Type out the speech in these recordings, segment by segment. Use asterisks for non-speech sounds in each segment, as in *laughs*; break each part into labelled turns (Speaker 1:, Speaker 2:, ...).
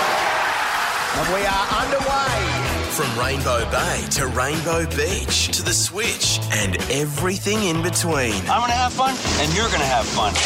Speaker 1: And we are underway.
Speaker 2: From Rainbow Bay to Rainbow Beach to the Switch and everything in between.
Speaker 3: I'm gonna have fun, and you're gonna have fun.
Speaker 1: Go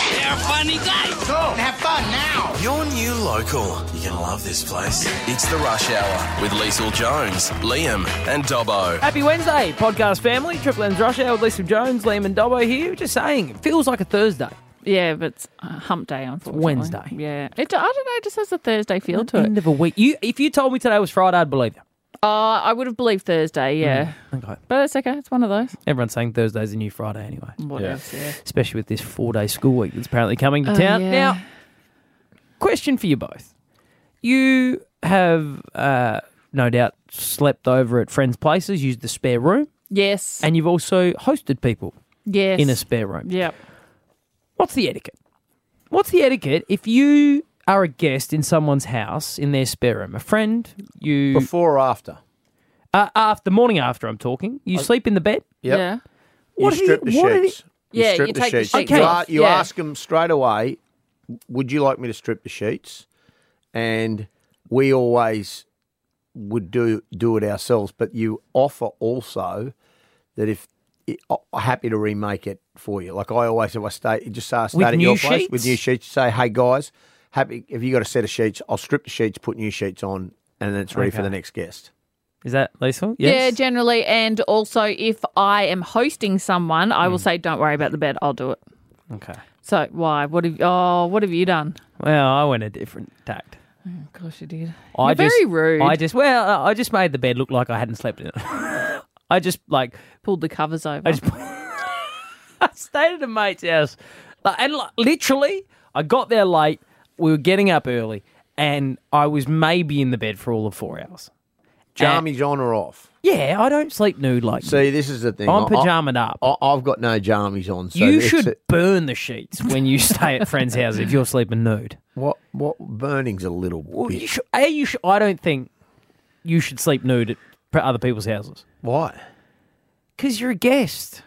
Speaker 1: and have fun now.
Speaker 2: Your new local. You're going to love this place. It's the Rush Hour with Liesl Jones, Liam, and Dobbo.
Speaker 4: Happy Wednesday, podcast family. Triple M's Rush Hour with Lisa Jones, Liam and Dobbo here. Just saying, it feels like a Thursday.
Speaker 5: Yeah, but it's uh, hump day, unfortunately.
Speaker 4: Wednesday.
Speaker 5: Yeah. It, I don't know. It just has a Thursday feel to it.
Speaker 4: End of a week. You, if you told me today was Friday, I'd believe you.
Speaker 5: Uh, I would have believed Thursday, yeah.
Speaker 4: Okay.
Speaker 5: But it's okay. It's one of those.
Speaker 4: Everyone's saying Thursday's a new Friday anyway,
Speaker 5: What else, yeah.
Speaker 4: especially with this four-day school week that's apparently coming to
Speaker 5: Oh,
Speaker 4: town.
Speaker 5: yeah.
Speaker 4: Now, question for you both. You have uh, no doubt slept over at friends' places, used the spare room,
Speaker 5: Yes.
Speaker 4: and you've also hosted people
Speaker 5: yes.
Speaker 4: in a spare room.
Speaker 5: Yep.
Speaker 4: What's the etiquette? What's the etiquette if you are a guest in someone's house in their spare room? A friend, you
Speaker 1: Before or after?
Speaker 4: uh, after morning after I'm talking, you sleep in the bed.
Speaker 1: Yep.
Speaker 5: Yeah.
Speaker 1: You
Speaker 4: What do
Speaker 1: strip the
Speaker 4: you- what do you-
Speaker 1: sheets. You
Speaker 5: Yeah,
Speaker 1: strip
Speaker 5: you
Speaker 1: the
Speaker 5: take the
Speaker 1: sheets.
Speaker 5: sheets
Speaker 4: Okay.
Speaker 1: You,
Speaker 4: off,
Speaker 1: you
Speaker 5: yeah.
Speaker 1: ask them straight away, would you like me to strip the sheets? And we always would do do it ourselves, but you offer also that if I'm happy to remake it for you. Like I always, if I stay, just say I stay
Speaker 4: With
Speaker 1: at
Speaker 4: new
Speaker 1: your place with
Speaker 4: sheets?
Speaker 1: new sheets, say, hey guys, happy if you got a set of sheets, I'll strip the sheets, put new sheets on, and then it's ready for
Speaker 4: Okay.
Speaker 1: the next guest.
Speaker 4: Is that lethal?
Speaker 5: Yeah,
Speaker 4: Yes.
Speaker 5: generally. And also, if I am hosting someone, I
Speaker 4: Mm.
Speaker 5: will say, don't worry about the bed. I'll do it.
Speaker 4: okay.
Speaker 5: So, why? What have, oh, what have you done?
Speaker 4: Well, I went a different tact.
Speaker 5: Of course you did.
Speaker 4: I
Speaker 5: You're
Speaker 4: just,
Speaker 5: very rude.
Speaker 4: I just well, I just made the bed look like I hadn't slept in it. *laughs* I just like
Speaker 5: pulled the covers over.
Speaker 4: I just I stayed at a mate's house, like, and like, literally, I got there late. We were getting up early, and I was maybe in the bed for all of four hours.
Speaker 1: Jammies on or off?
Speaker 4: Yeah, I don't sleep nude like
Speaker 1: See, this is the thing.
Speaker 4: I'm
Speaker 1: I- I-
Speaker 4: pajamaed up.
Speaker 1: I, I've got no jammies on. So
Speaker 4: you
Speaker 1: it's
Speaker 4: should
Speaker 1: A,
Speaker 4: burn the sheets when you stay at friends' houses if you're sleeping nude.
Speaker 1: what what burning's a little
Speaker 4: Well,
Speaker 1: bit.
Speaker 4: you should, A, you should, I don't think you should sleep nude at pr- other people's houses
Speaker 1: Why?
Speaker 4: because you're a guest.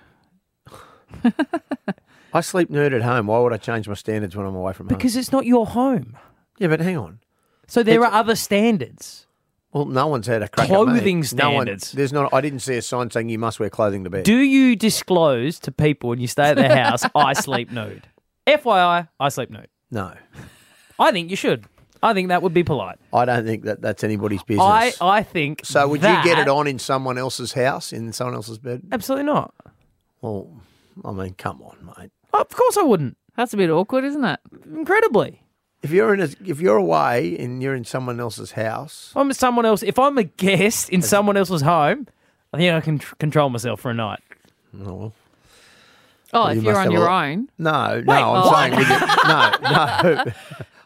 Speaker 1: I sleep nude at home. Why would I change my standards when I'm away from home?
Speaker 4: Because it's not your home,
Speaker 1: Yeah, but hang on.
Speaker 4: so there are other standards.
Speaker 1: Well, no one's had a crack at me.
Speaker 4: Clothing
Speaker 1: No one,
Speaker 4: standards.
Speaker 1: there's not. I didn't see a sign saying you must wear clothing to bed.
Speaker 4: Do you disclose to people when you stay at their *laughs* house? I sleep nude. FYI, I sleep nude.
Speaker 1: no,
Speaker 4: I think you should. I think that would be polite.
Speaker 1: I don't think that that's anybody's business.
Speaker 4: I, I think.
Speaker 1: so would you get
Speaker 4: that-
Speaker 1: it on in someone else's house in someone else's bed?
Speaker 4: Absolutely not.
Speaker 1: Well, I mean, come on, mate.
Speaker 4: Of course I wouldn't.
Speaker 5: That's a bit awkward, isn't it? Oh,
Speaker 4: Incredibly.
Speaker 1: If you're in a, if you're away and you're in someone else's house,
Speaker 4: If I'm someone else, if I'm a guest in someone else's home, I think I can tr- control myself for a night.
Speaker 1: well,
Speaker 5: Oh,
Speaker 1: you
Speaker 5: if you're
Speaker 1: must
Speaker 5: on
Speaker 1: have a
Speaker 5: your
Speaker 1: lot-
Speaker 5: own.
Speaker 1: No, no, I'm
Speaker 5: what?
Speaker 1: saying with you,
Speaker 5: *laughs*
Speaker 1: no, no.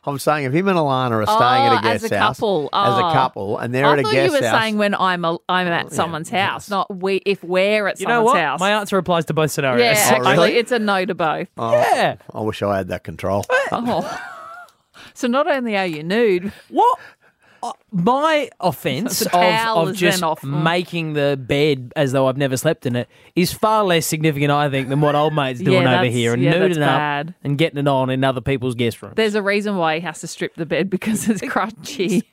Speaker 1: I'm saying if him and Alana are staying at
Speaker 5: Oh,
Speaker 1: a guest
Speaker 5: as a
Speaker 1: house
Speaker 5: couple.
Speaker 1: as a
Speaker 5: Oh.
Speaker 1: couple, and they're
Speaker 5: I
Speaker 1: at a
Speaker 5: thought
Speaker 1: guest
Speaker 5: you were
Speaker 1: house, Oh,
Speaker 5: saying when I'm a, I'm at someone's house, not we if we're at
Speaker 4: You know
Speaker 5: someone's
Speaker 4: what?
Speaker 5: house.
Speaker 4: My answer applies to both scenarios.
Speaker 5: yeah,
Speaker 1: Oh,
Speaker 5: actually,
Speaker 1: really? Oh.
Speaker 5: it's a no to both.
Speaker 4: Yeah.
Speaker 1: I wish I had that control.
Speaker 5: *laughs* Oh. so not only are you nude,
Speaker 4: What? Uh, my offence
Speaker 5: The
Speaker 4: of,
Speaker 5: towel
Speaker 4: of
Speaker 5: is
Speaker 4: just
Speaker 5: then off. Mm.
Speaker 4: making the bed as though I've never slept in it is far less significant, I think, than what old
Speaker 5: *laughs*
Speaker 4: mate's doing over
Speaker 5: that's-
Speaker 4: here and
Speaker 5: yeah, that's
Speaker 4: nuding up
Speaker 5: bad.
Speaker 4: and getting it on in other people's guest rooms.
Speaker 5: there's a reason why he has to strip the bed because
Speaker 1: *laughs*
Speaker 5: it's crunchy.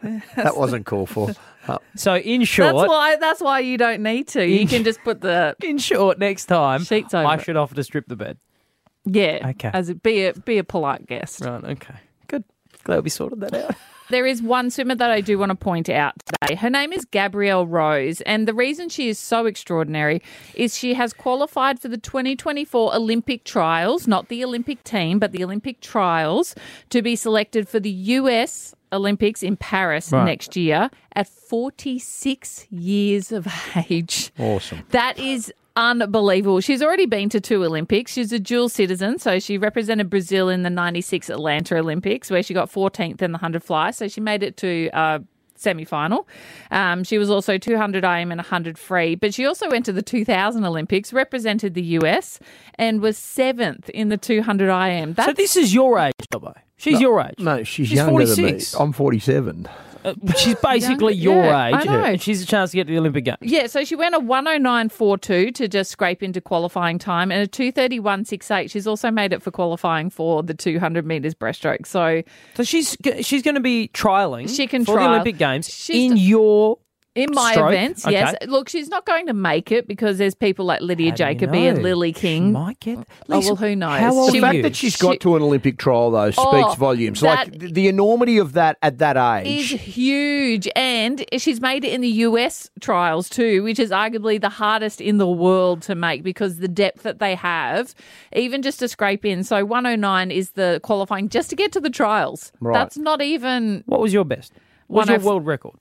Speaker 1: that wasn't called
Speaker 5: *laughs*
Speaker 1: for. Uh,
Speaker 4: So, in
Speaker 5: That's
Speaker 4: short,
Speaker 5: why that's why you don't need to. You can just put the
Speaker 4: in short, next time
Speaker 5: Sheets over
Speaker 4: I
Speaker 5: it.
Speaker 4: should offer to strip the bed.
Speaker 1: *laughs*
Speaker 5: yeah.
Speaker 4: Okay.
Speaker 5: As a, be a be a polite guest.
Speaker 4: Right? Okay. Good. Glad we sorted that out.
Speaker 5: There is one swimmer that I do want to point out today. Her name is Gabrielle Rose, and the reason she is so extraordinary is she has qualified for the 2024 Olympic trials, not the Olympic team, but the Olympic trials, to be selected for the US Olympics in Paris
Speaker 4: Right.
Speaker 5: next year at 46 years of age.
Speaker 1: awesome.
Speaker 5: That is unbelievable. She's already been to two Olympics. She's a dual citizen, so she represented Brazil in the 96 Atlanta Olympics, where she got 14th in the 100 fly. So she made it to. Uh, Semi final. Um, she was also 200 IM and 100 free, but she also went to the 2000 Olympics, represented the US, and was seventh in the 200 IM. That's
Speaker 4: so, this is your age, Dobbo. She's your age.
Speaker 1: No, she's,
Speaker 4: She's
Speaker 1: younger Oh.
Speaker 4: 46.
Speaker 1: than me. I'm 47.
Speaker 4: uh, *laughs* she's basically your
Speaker 5: yeah, I
Speaker 4: age.
Speaker 5: know.
Speaker 4: and She's a chance to get to the Olympic Games.
Speaker 5: Yeah, so she went a 109.42 to just scrape into qualifying time and a 231.68. She's also made it for qualifying for the 200 metres breaststroke. So
Speaker 4: So she's g- she's going to be trialing
Speaker 5: She can
Speaker 4: for the
Speaker 5: trial.
Speaker 4: Olympic Games
Speaker 5: She's
Speaker 4: in
Speaker 5: d-
Speaker 4: your
Speaker 5: in my
Speaker 4: Stroke,
Speaker 5: events,
Speaker 4: okay.
Speaker 5: yes. Look, she's not going to make it because there's people like Lydia
Speaker 4: How do you
Speaker 5: Jacoby and
Speaker 4: know?
Speaker 5: Lily
Speaker 4: She
Speaker 5: King. Oh,
Speaker 4: might get.
Speaker 5: well,
Speaker 4: Lisa,
Speaker 5: who knows?
Speaker 4: How old
Speaker 1: The
Speaker 5: She-
Speaker 4: are
Speaker 1: fact
Speaker 4: you?
Speaker 1: that she's got
Speaker 5: She-
Speaker 1: to an Olympic trial, though, speaks
Speaker 5: Oh,
Speaker 1: volumes. like
Speaker 5: that-
Speaker 1: th- the enormity of that at that
Speaker 5: is
Speaker 1: age.
Speaker 5: huge. And she's made it in the US trials too, which is arguably the hardest in the world to make because the depth that they have, even just to scrape in. So 109 is the qualifying just to get to the trials.
Speaker 1: Right.
Speaker 5: That's not even
Speaker 4: What was your best? What was
Speaker 5: One oh
Speaker 4: your
Speaker 5: f-
Speaker 4: world record?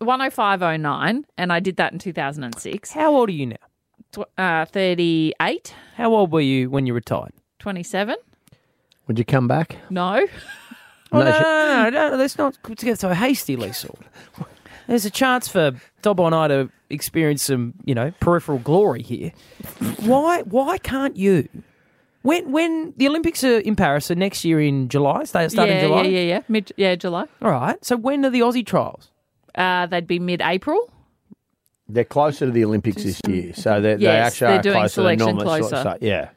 Speaker 5: 105.09. And I did that in 2006.
Speaker 4: How old are you now?
Speaker 5: Tw- uh, 38,
Speaker 4: How old were you when you retired?
Speaker 5: 27.
Speaker 1: Would you come back?
Speaker 5: No.
Speaker 4: Oh,
Speaker 1: No,
Speaker 4: no,
Speaker 1: she-
Speaker 4: no, no, no, let's not get so hasty, Lisa. There's a chance for Dobbo and I to experience some, you know, peripheral glory here. Why? Why can't you? When when the Olympics are in Paris, so next year in July, they start
Speaker 5: yeah,
Speaker 4: in July.
Speaker 5: yeah, yeah, yeah. Mid, yeah, July.
Speaker 4: All right. So when are the Aussie trials?
Speaker 5: Uh, they'd be mid April.
Speaker 1: They're closer to the Olympics this year, so they they
Speaker 5: Yes,
Speaker 1: actually
Speaker 5: they're
Speaker 1: are
Speaker 5: doing
Speaker 1: closer
Speaker 5: selection
Speaker 1: than normal. so-
Speaker 5: closer.
Speaker 1: so- yeah.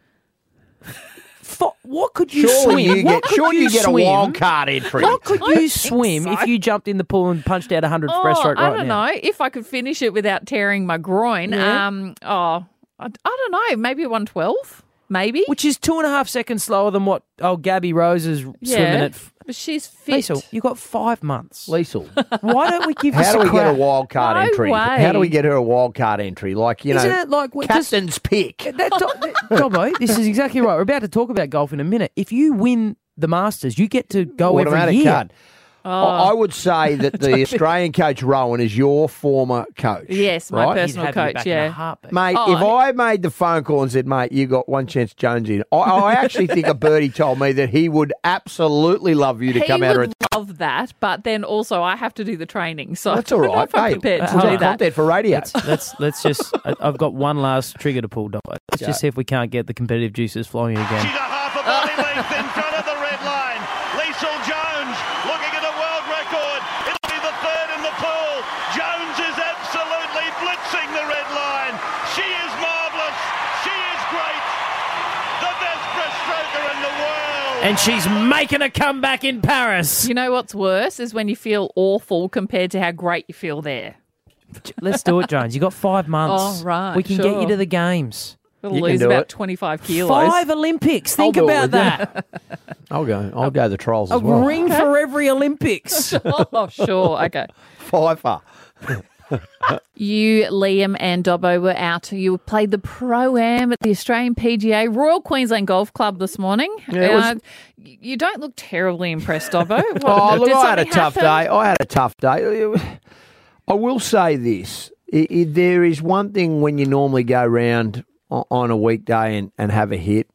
Speaker 4: Fo- what could you
Speaker 1: Surely
Speaker 4: swim?
Speaker 1: you
Speaker 4: what
Speaker 1: get,
Speaker 4: could
Speaker 1: surely you, get
Speaker 4: swim?
Speaker 1: a wild card entry.
Speaker 4: What could
Speaker 5: I
Speaker 4: you
Speaker 5: think
Speaker 4: swim
Speaker 5: so.
Speaker 4: if you jumped in the pool and punched out 100 breaststroke right
Speaker 5: Oh, I don't
Speaker 4: now?
Speaker 5: know if I could finish it without tearing my groin.
Speaker 4: Yeah.
Speaker 5: Um, oh, I, I don't know. Maybe one twelve. Maybe.
Speaker 4: Which is two and a half seconds slower than what old Gabby Rose is swimming at.
Speaker 5: But she's fit.
Speaker 4: Lisa, you got five months.
Speaker 1: Liesl,
Speaker 4: Why don't we give
Speaker 1: how
Speaker 4: this
Speaker 1: do
Speaker 4: a
Speaker 1: we get a
Speaker 4: crack?
Speaker 1: wild card
Speaker 5: No
Speaker 1: entry?
Speaker 5: way.
Speaker 1: How do we get her a wild card entry? Like you
Speaker 4: Isn't
Speaker 1: know,
Speaker 4: it like we just
Speaker 1: captain's pick.
Speaker 4: that, that, Dobbo? This is exactly right. We're about to talk about golf in a minute. If you win the Masters, you get to go every
Speaker 1: Automatic
Speaker 4: year.
Speaker 1: card. I
Speaker 5: Oh.
Speaker 1: I
Speaker 5: *laughs*
Speaker 1: would say that the Australian coach Rowan is your former coach.
Speaker 5: Yes, my
Speaker 1: right?
Speaker 5: person-
Speaker 4: He'd have
Speaker 5: Personal
Speaker 4: you back
Speaker 5: coach,
Speaker 4: in a
Speaker 5: yeah.
Speaker 4: heartbeat.
Speaker 1: Mate,
Speaker 5: Oh,
Speaker 1: if I made the phone call and said, mate, you got one chance Jones in, I, I actually think
Speaker 5: *laughs*
Speaker 1: a birdie told me that he would absolutely love you to
Speaker 5: he
Speaker 1: come out of
Speaker 5: would
Speaker 1: it.
Speaker 5: love that, but then also I have to do the training, so
Speaker 1: That's all
Speaker 5: *laughs* I don't know
Speaker 1: right.
Speaker 5: if I'm
Speaker 1: Hey,
Speaker 5: prepared to
Speaker 1: we'll
Speaker 5: do
Speaker 1: do
Speaker 5: that.
Speaker 1: content for radio.
Speaker 4: Let's let's just. I, I've got one last trigger to pull, Dobbo. Let's just see if we can't get the competitive juices flowing again.
Speaker 6: She's a half a body length in front of the red line. Liesl Jones looking at a world record. It'll be the third in the pool. Jones is absolutely blitzing the red line. She is marvellous. She is great. The best breaststroker in the world.
Speaker 4: And she's making a comeback in Paris.
Speaker 5: *laughs* You know what's worse is when you feel awful compared to how great you feel there.
Speaker 4: Let's do it, Jones. You got five months.
Speaker 5: All right,
Speaker 4: We can get you
Speaker 5: sure.
Speaker 4: to the games.
Speaker 5: It'll
Speaker 1: You can
Speaker 5: lose
Speaker 1: do
Speaker 5: about
Speaker 1: it.
Speaker 5: 25 kilos.
Speaker 4: Five Olympics. Think
Speaker 1: do it
Speaker 4: about
Speaker 1: with you.
Speaker 4: that.
Speaker 1: I'll go. I'll go the trials
Speaker 4: A
Speaker 1: as well.
Speaker 4: ring for
Speaker 5: *laughs*
Speaker 4: every Olympics.
Speaker 5: *laughs* Oh, sure. Okay.
Speaker 1: Fifer.
Speaker 5: You, Liam, and Dobbo were out. You played the pro am at the Australian PGA Royal Queensland Golf Club this morning.
Speaker 1: it was-
Speaker 5: Uh, you don't look terribly impressed,
Speaker 4: *laughs*
Speaker 5: Dobbo. What-
Speaker 1: Oh, look,
Speaker 5: did
Speaker 1: I had a
Speaker 5: something
Speaker 1: tough day.
Speaker 5: happen?
Speaker 1: I had a tough day. I will say this. I i there is one thing when you normally go round o- on a weekday and, and have a hit,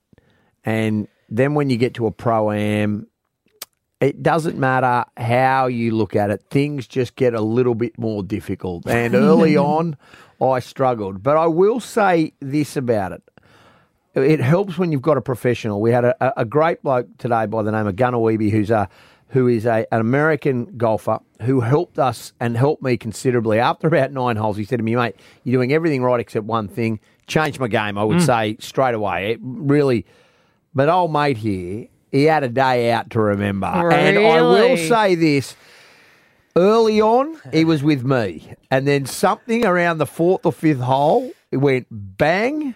Speaker 1: and then when you get to a pro am, it doesn't matter how you look at it, things just get a little bit more difficult. And early on, I struggled. But I will say this about it it helps when you've got a professional. We had a, a great bloke today by the name of Gunnar Weeby, who's a who is a, an American golfer who helped us and helped me considerably. After about nine holes, he said to me, "Mate, you're doing everything right except one thing. Change my game." I would say straight away. It really, but old mate here, he had a day out to remember. And I will
Speaker 5: Really?
Speaker 1: say this. Early on, he was with me. And then something around the fourth or fifth hole, it went bang.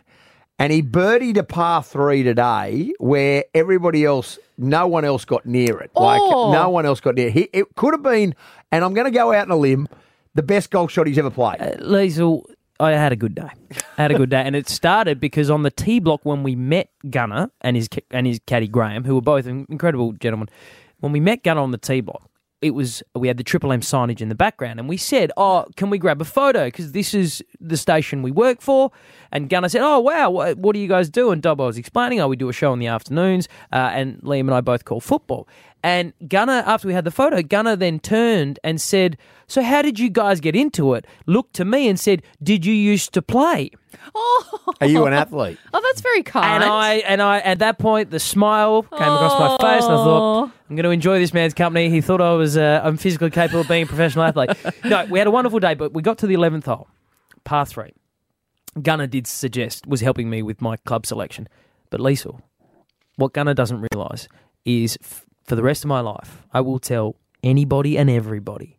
Speaker 1: And he birdied a par three today where everybody else, no one else got near it. Like,
Speaker 5: Oh.
Speaker 1: no one else got near it. He, it could have been, and I'm going to go out on a limb, the best golf shot he's ever played.
Speaker 4: Liesl, I had a good day. I had a good day, and it started because on the tee block when we met Gunner and his ca- and his caddy Graham, who were both in- incredible gentlemen, when we met Gunner on the tee block, it was we had the Triple M signage in the background, and we said, "Oh, can we grab a photo? Because this is the station we work for." And Gunner said, "Oh, wow, what, what do you guys do?" And Dobbo was explaining, "Oh, we do a show in the afternoons, uh, and Liam and I both call football." And Gunner, after we had the photo, Gunner then turned and said, So, how did you guys get into it? Looked to me and said, Did you used to play?
Speaker 1: Are you an athlete?
Speaker 5: Oh, that's very kind.
Speaker 4: And I, and I, at that point, the smile came across my face and I thought, I'm going to enjoy this man's company. He thought I was uh, I'm physically capable of being a professional athlete. No, we had a wonderful day, but we got to the 11th hole, par three. Gunner did suggest was helping me with my club selection, but Liesl, what Gunner doesn't realise is f- for the rest of my life, I will tell anybody and everybody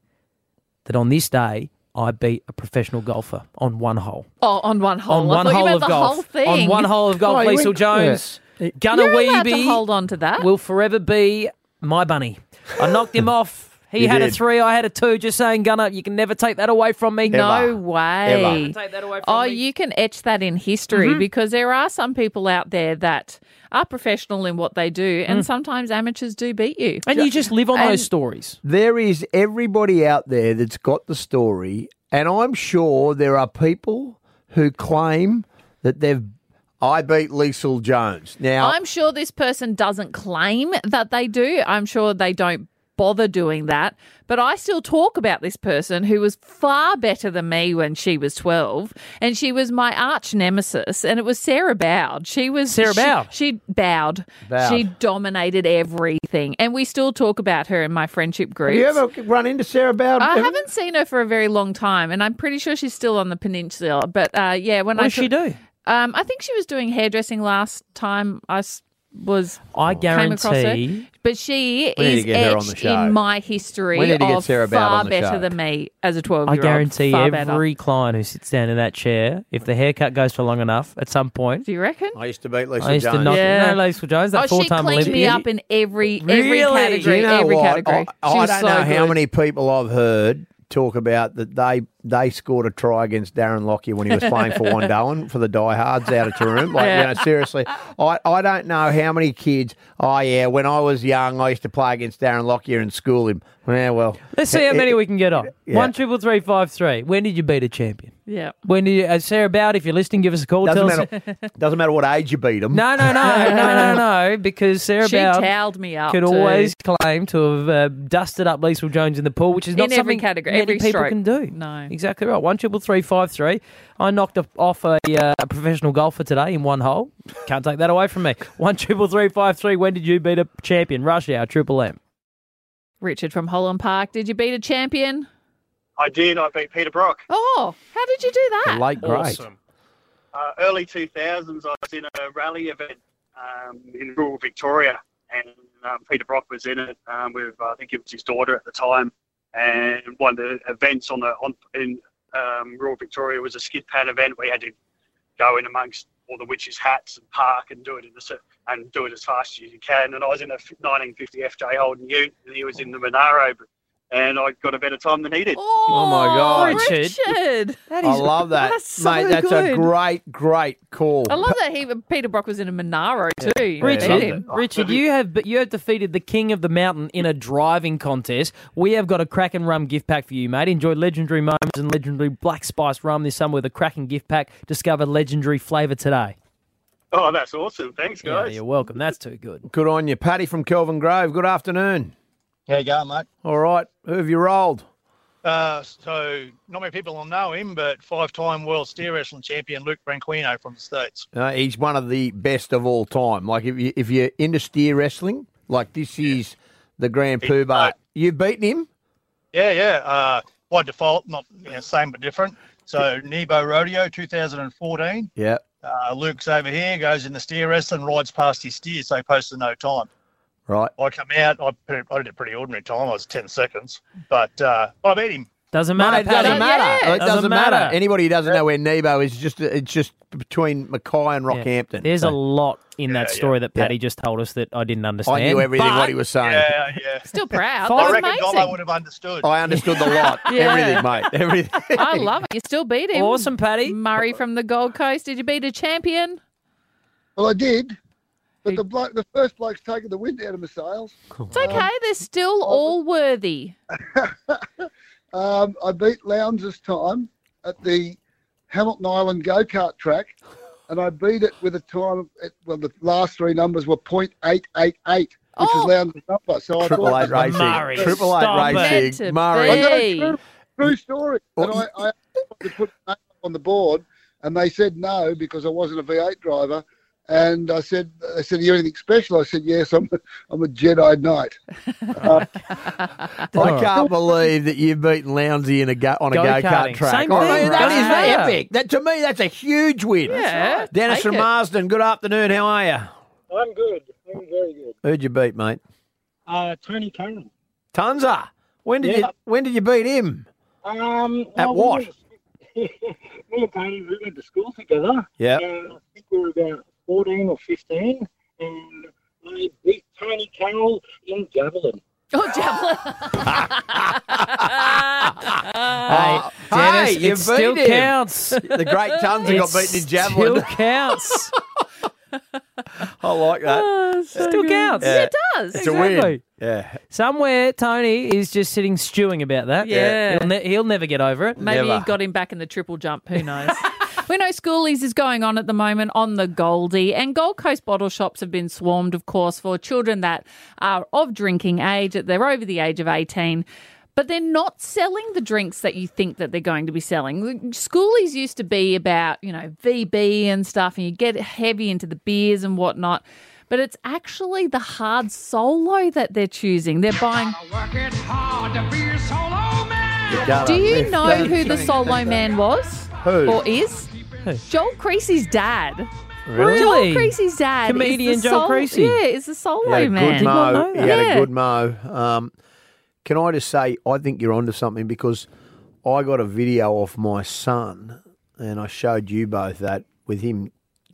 Speaker 4: that on this day I beat a professional golfer on one hole,
Speaker 5: Oh, on one hole.
Speaker 4: on
Speaker 5: I
Speaker 4: one
Speaker 5: thought you
Speaker 4: hole
Speaker 5: meant
Speaker 4: of
Speaker 5: the
Speaker 4: golf,
Speaker 5: whole thing.
Speaker 4: on one hole of golf.
Speaker 1: Oh, he
Speaker 4: Liesl
Speaker 1: went-
Speaker 4: Jones,
Speaker 1: yeah.
Speaker 4: Gunner
Speaker 5: You're allowed
Speaker 4: Weeby
Speaker 5: to hold on to that.
Speaker 4: will forever be my bunny. I knocked *laughs* him off. He
Speaker 1: You
Speaker 4: had a
Speaker 1: did.
Speaker 4: three, I had a two. Just saying, Gunner, you can never take that away from me.
Speaker 5: no
Speaker 1: Ever.
Speaker 5: way.
Speaker 1: Ever.
Speaker 4: Take that away from
Speaker 5: Oh,
Speaker 4: me. Mm-hmm.
Speaker 5: you can etch that in history because there are some people out there that are professional in what they do, and sometimes amateurs do beat you.
Speaker 4: Mm. And you just live on
Speaker 5: And-
Speaker 4: those stories.
Speaker 1: There is everybody out there that's got the story, and I'm sure there are people who claim that they've. I beat Liesl Jones. Now,
Speaker 5: I'm sure this person doesn't claim that they do. I'm sure they don't bother doing that. But I still talk about this person who was far better than me when she was 12. And she was my arch nemesis. And it was Sarah Bowd. She was
Speaker 4: Sarah
Speaker 5: she-
Speaker 4: Bowd.
Speaker 5: She, bowed.
Speaker 1: Bowd.
Speaker 5: She dominated everything. And we still talk about her in my friendship group.
Speaker 1: have you ever run into Sarah Bowden?
Speaker 5: I haven't seen her for a very long time, and I'm pretty sure she's still on the peninsula. But uh, yeah, when
Speaker 4: What
Speaker 5: I
Speaker 4: does she
Speaker 5: took-
Speaker 4: do?
Speaker 5: Um, I think she was doing hairdressing last time I s- was
Speaker 4: I
Speaker 5: came across
Speaker 4: guarantee.
Speaker 5: her. But she
Speaker 1: We need to
Speaker 5: is
Speaker 1: get her on the
Speaker 5: etched
Speaker 1: show.
Speaker 5: in my history
Speaker 1: We need to get
Speaker 5: of
Speaker 1: Sarah Bowd
Speaker 5: far
Speaker 1: on the
Speaker 5: better
Speaker 1: show.
Speaker 5: than me as a 12 year
Speaker 4: I
Speaker 5: old.
Speaker 4: guarantee
Speaker 5: far
Speaker 4: every
Speaker 5: Better.
Speaker 4: client who sits down in that chair, if the haircut goes for long enough, at some point,
Speaker 5: Do you reckin?
Speaker 1: I used to beat Liesl
Speaker 4: I used
Speaker 1: Jones.
Speaker 4: to knock.
Speaker 5: Yeah.
Speaker 4: No, Lacey Jones, that
Speaker 5: Oh, she
Speaker 4: four-time
Speaker 5: cleaned
Speaker 4: Olympian.
Speaker 5: me up in every every
Speaker 4: Really?
Speaker 5: category.
Speaker 1: You know
Speaker 5: every
Speaker 1: what?
Speaker 5: category.
Speaker 1: I, I
Speaker 5: She was
Speaker 1: don't
Speaker 5: so
Speaker 1: know how
Speaker 5: good.
Speaker 1: many people I've heard talk about that they they scored a try against Darren Lockyer when he was
Speaker 5: *laughs*
Speaker 1: playing for Wandoan for the diehards out of Taroom. Like, you know, seriously, I, I don't know how many kids. Oh yeah, when I was young, I used to play against Darren Lockyer and school him. Yeah, well,
Speaker 4: Let's see how many we can get on.
Speaker 1: Yeah.
Speaker 4: One triple three five three. When did you beat a champion?
Speaker 5: Yeah.
Speaker 4: When did you, uh, Sarah Bowd, if you're listening, give us a call.
Speaker 1: Doesn't
Speaker 4: tell us.
Speaker 1: matter. *laughs* doesn't matter what age you beat
Speaker 4: *laughs*
Speaker 1: them.
Speaker 4: No, no, no, no, no, no. Because Sarah
Speaker 5: She
Speaker 4: Bowd
Speaker 5: towed me up.
Speaker 4: could
Speaker 5: too.
Speaker 4: always claim to have uh, dusted up Liesl Jones in the pool, which is not
Speaker 5: In every
Speaker 4: something
Speaker 5: category,
Speaker 4: many
Speaker 5: every
Speaker 4: people
Speaker 5: stroke.
Speaker 4: can do.
Speaker 5: No.
Speaker 4: exactly right. One triple three five three. I knocked a- off a, uh, a professional golfer today in one hole. Can't take that away from me. One triple three five three. When did you beat a champion? Rush hour triple M.
Speaker 5: Richard from Holland Park. Did you beat a champion?
Speaker 7: I did. I beat Peter Brock.
Speaker 5: Oh, how did you do
Speaker 1: The
Speaker 5: that?
Speaker 1: late great.
Speaker 7: Uh, early 2000s, I was in a rally event um, in rural Victoria, and um, Peter Brock was in it um, with, I think it was his daughter at the time. And one of the events on the on, in um, rural Victoria was a skid pad event where you had to go in amongst all the witches' hats and park and do it in the, s- and do it as fast as you can. And I was in a f- 1950 FJ Holden Ute, and he was in the Monaro, and I got a better time than he did.
Speaker 5: Oh,
Speaker 1: my God.
Speaker 5: Richard.
Speaker 4: Richard.
Speaker 1: I love that,
Speaker 5: That's so
Speaker 1: mate. That's a
Speaker 5: good.
Speaker 1: great, great call.
Speaker 5: I love that he Peter Brock was in a Monaro too. You
Speaker 1: Richard.
Speaker 5: beat
Speaker 1: loved
Speaker 5: him.
Speaker 1: it.
Speaker 4: Richard, Richard, you have you have defeated the king of the mountain in a driving contest. We have got a Kraken rum gift pack for you, mate. Enjoy legendary moments and legendary black spice rum this summer with a Kraken gift pack. Discover legendary flavour today.
Speaker 7: Oh, that's awesome. Thanks,
Speaker 4: Yeah,
Speaker 7: guys.
Speaker 4: you're welcome. That's too good.
Speaker 1: Good on you, Patty from Kelvin Grove. Good afternoon.
Speaker 8: How you going, mate?
Speaker 1: All right, who have you rolled?
Speaker 8: Uh, so, not many people will know him, but five-time world steer wrestling champion Luke Branquino from the States.
Speaker 1: Uh, he's one of the best of all time. Like if you if you're into steer wrestling, like this is the grand poobah. You've beaten him.
Speaker 8: Yeah, yeah. Uh, by default, not you know, same but different. So, Nebo Rodeo 2014.
Speaker 1: Yeah.
Speaker 8: Uh, Luke's over here, goes in the steer wrestling, rides past his steer, so he posted no time.
Speaker 1: Right.
Speaker 8: I come out, I, put it- I did a pretty ordinary time, I was 10 seconds, but uh, I beat him.
Speaker 4: Doesn't
Speaker 1: No,
Speaker 4: matter.
Speaker 1: it doesn't
Speaker 4: Paddy.
Speaker 1: matter.
Speaker 5: Yeah.
Speaker 1: It doesn't,
Speaker 4: Doesn't
Speaker 1: matter.
Speaker 4: matter.
Speaker 1: Anybody who doesn't know where Nebo is, just it's just between Mackay and
Speaker 4: Yeah.
Speaker 1: Rockhampton.
Speaker 4: There's a
Speaker 1: So
Speaker 4: lot in that story that Patty just told us that I didn't understand.
Speaker 1: I knew everything
Speaker 4: but
Speaker 1: what he was saying.
Speaker 8: Yeah, yeah.
Speaker 5: Still proud.
Speaker 8: I
Speaker 5: That's
Speaker 8: reckon Dolo
Speaker 5: amazing.
Speaker 8: would have understood.
Speaker 1: I understood the lot.
Speaker 5: Yeah.
Speaker 1: Everything, mate. *laughs* Everything.
Speaker 5: I love it. You still beat him.
Speaker 4: Awesome, Patty.
Speaker 5: Murray from the Gold Coast. Did you beat a champion?
Speaker 9: Well, I did, but the bloke, the first bloke's taken the wind out of my sails.
Speaker 5: It's okay. They're still all worthy.
Speaker 9: Um, I beat Lowndes this time at the Hamilton Island go kart track, and I beat it with a time. Of, it, well, the last three numbers were .888, which
Speaker 5: Oh.
Speaker 9: is Lowndes' number. So I
Speaker 1: Triple
Speaker 9: thought
Speaker 1: eight racing.
Speaker 4: Murray,
Speaker 1: Triple eight
Speaker 4: stop it.
Speaker 5: Meant to
Speaker 1: racing. Murray.
Speaker 5: be.
Speaker 9: I know, true, true story. And
Speaker 1: Well,
Speaker 9: I, I asked them to put my name on the board, and they said no because I wasn't a V8 driver. And I said, "They said, are you anything special? I said, yes, I'm, I'm a Jedi Knight. Uh,
Speaker 4: Oh.
Speaker 1: I can't believe that you've beaten Lounsey in a go- on a go
Speaker 4: Go-karting.
Speaker 1: kart track.
Speaker 4: Same
Speaker 1: I
Speaker 4: thing.
Speaker 1: mean, that is
Speaker 4: Go-kart.
Speaker 1: epic. That to me, that's a huge win.
Speaker 5: Yeah,
Speaker 1: Dennis
Speaker 5: take
Speaker 1: from
Speaker 5: it.
Speaker 1: Marsden. Good afternoon. How are you?
Speaker 10: I'm good. I'm very good.
Speaker 1: Who'd you beat, mate?
Speaker 10: Uh, Tony Conan.
Speaker 1: Tunza. When did
Speaker 10: Yeah.
Speaker 1: you when did you beat him?
Speaker 10: Um,
Speaker 1: At
Speaker 10: well, we
Speaker 1: what?
Speaker 10: went- me and Tony, *laughs* we went to school together.
Speaker 1: Yeah.
Speaker 10: Uh, I think we were about 14 or 15, and I beat Tony Carroll in javelin.
Speaker 5: *laughs* Oh, javelin. *laughs*
Speaker 1: Oh,
Speaker 4: Dennis,
Speaker 1: hey, you
Speaker 4: it still
Speaker 1: beat him. *laughs*
Speaker 4: counts.
Speaker 1: The great Tunza got
Speaker 4: It
Speaker 1: beaten in javelin. *laughs*
Speaker 4: Still counts.
Speaker 1: I like that.
Speaker 4: still counts.
Speaker 1: Yeah.
Speaker 5: It does.
Speaker 1: It's a win.
Speaker 4: Exactly.
Speaker 1: Yeah.
Speaker 4: Somewhere Tony is just sitting stewing about that.
Speaker 5: Yeah.
Speaker 4: He'll, ne- he'll never get over it.
Speaker 5: Maybe
Speaker 1: Never.
Speaker 5: you've got him back in the triple jump. Who knows? *laughs* we know Schoolies is going on at the moment on the Goldie, and Gold Coast bottle shops have been swarmed, of course, for children that are of drinking age, that they're over the age of 18. But they're not selling the drinks that you think that they're going to be selling. Schoolies used to be about, you know, VB and stuff, and you get heavy into the beers and whatnot. But it's actually the hard solo that they're choosing. They're buying. Do you know who the solo man was?
Speaker 1: Who?
Speaker 5: Or is? Joel Creasy's dad.
Speaker 4: Really?
Speaker 5: Joel Creasy's dad. is
Speaker 4: Comedian
Speaker 5: the
Speaker 4: Joel Creasy.
Speaker 5: Yeah, is the solo
Speaker 1: He had a
Speaker 5: man.
Speaker 1: good mo.
Speaker 4: know
Speaker 1: He had
Speaker 5: that.
Speaker 1: a good mo. Um, can I just say, I think you're onto something because I got a video of my son, and I showed you both that with him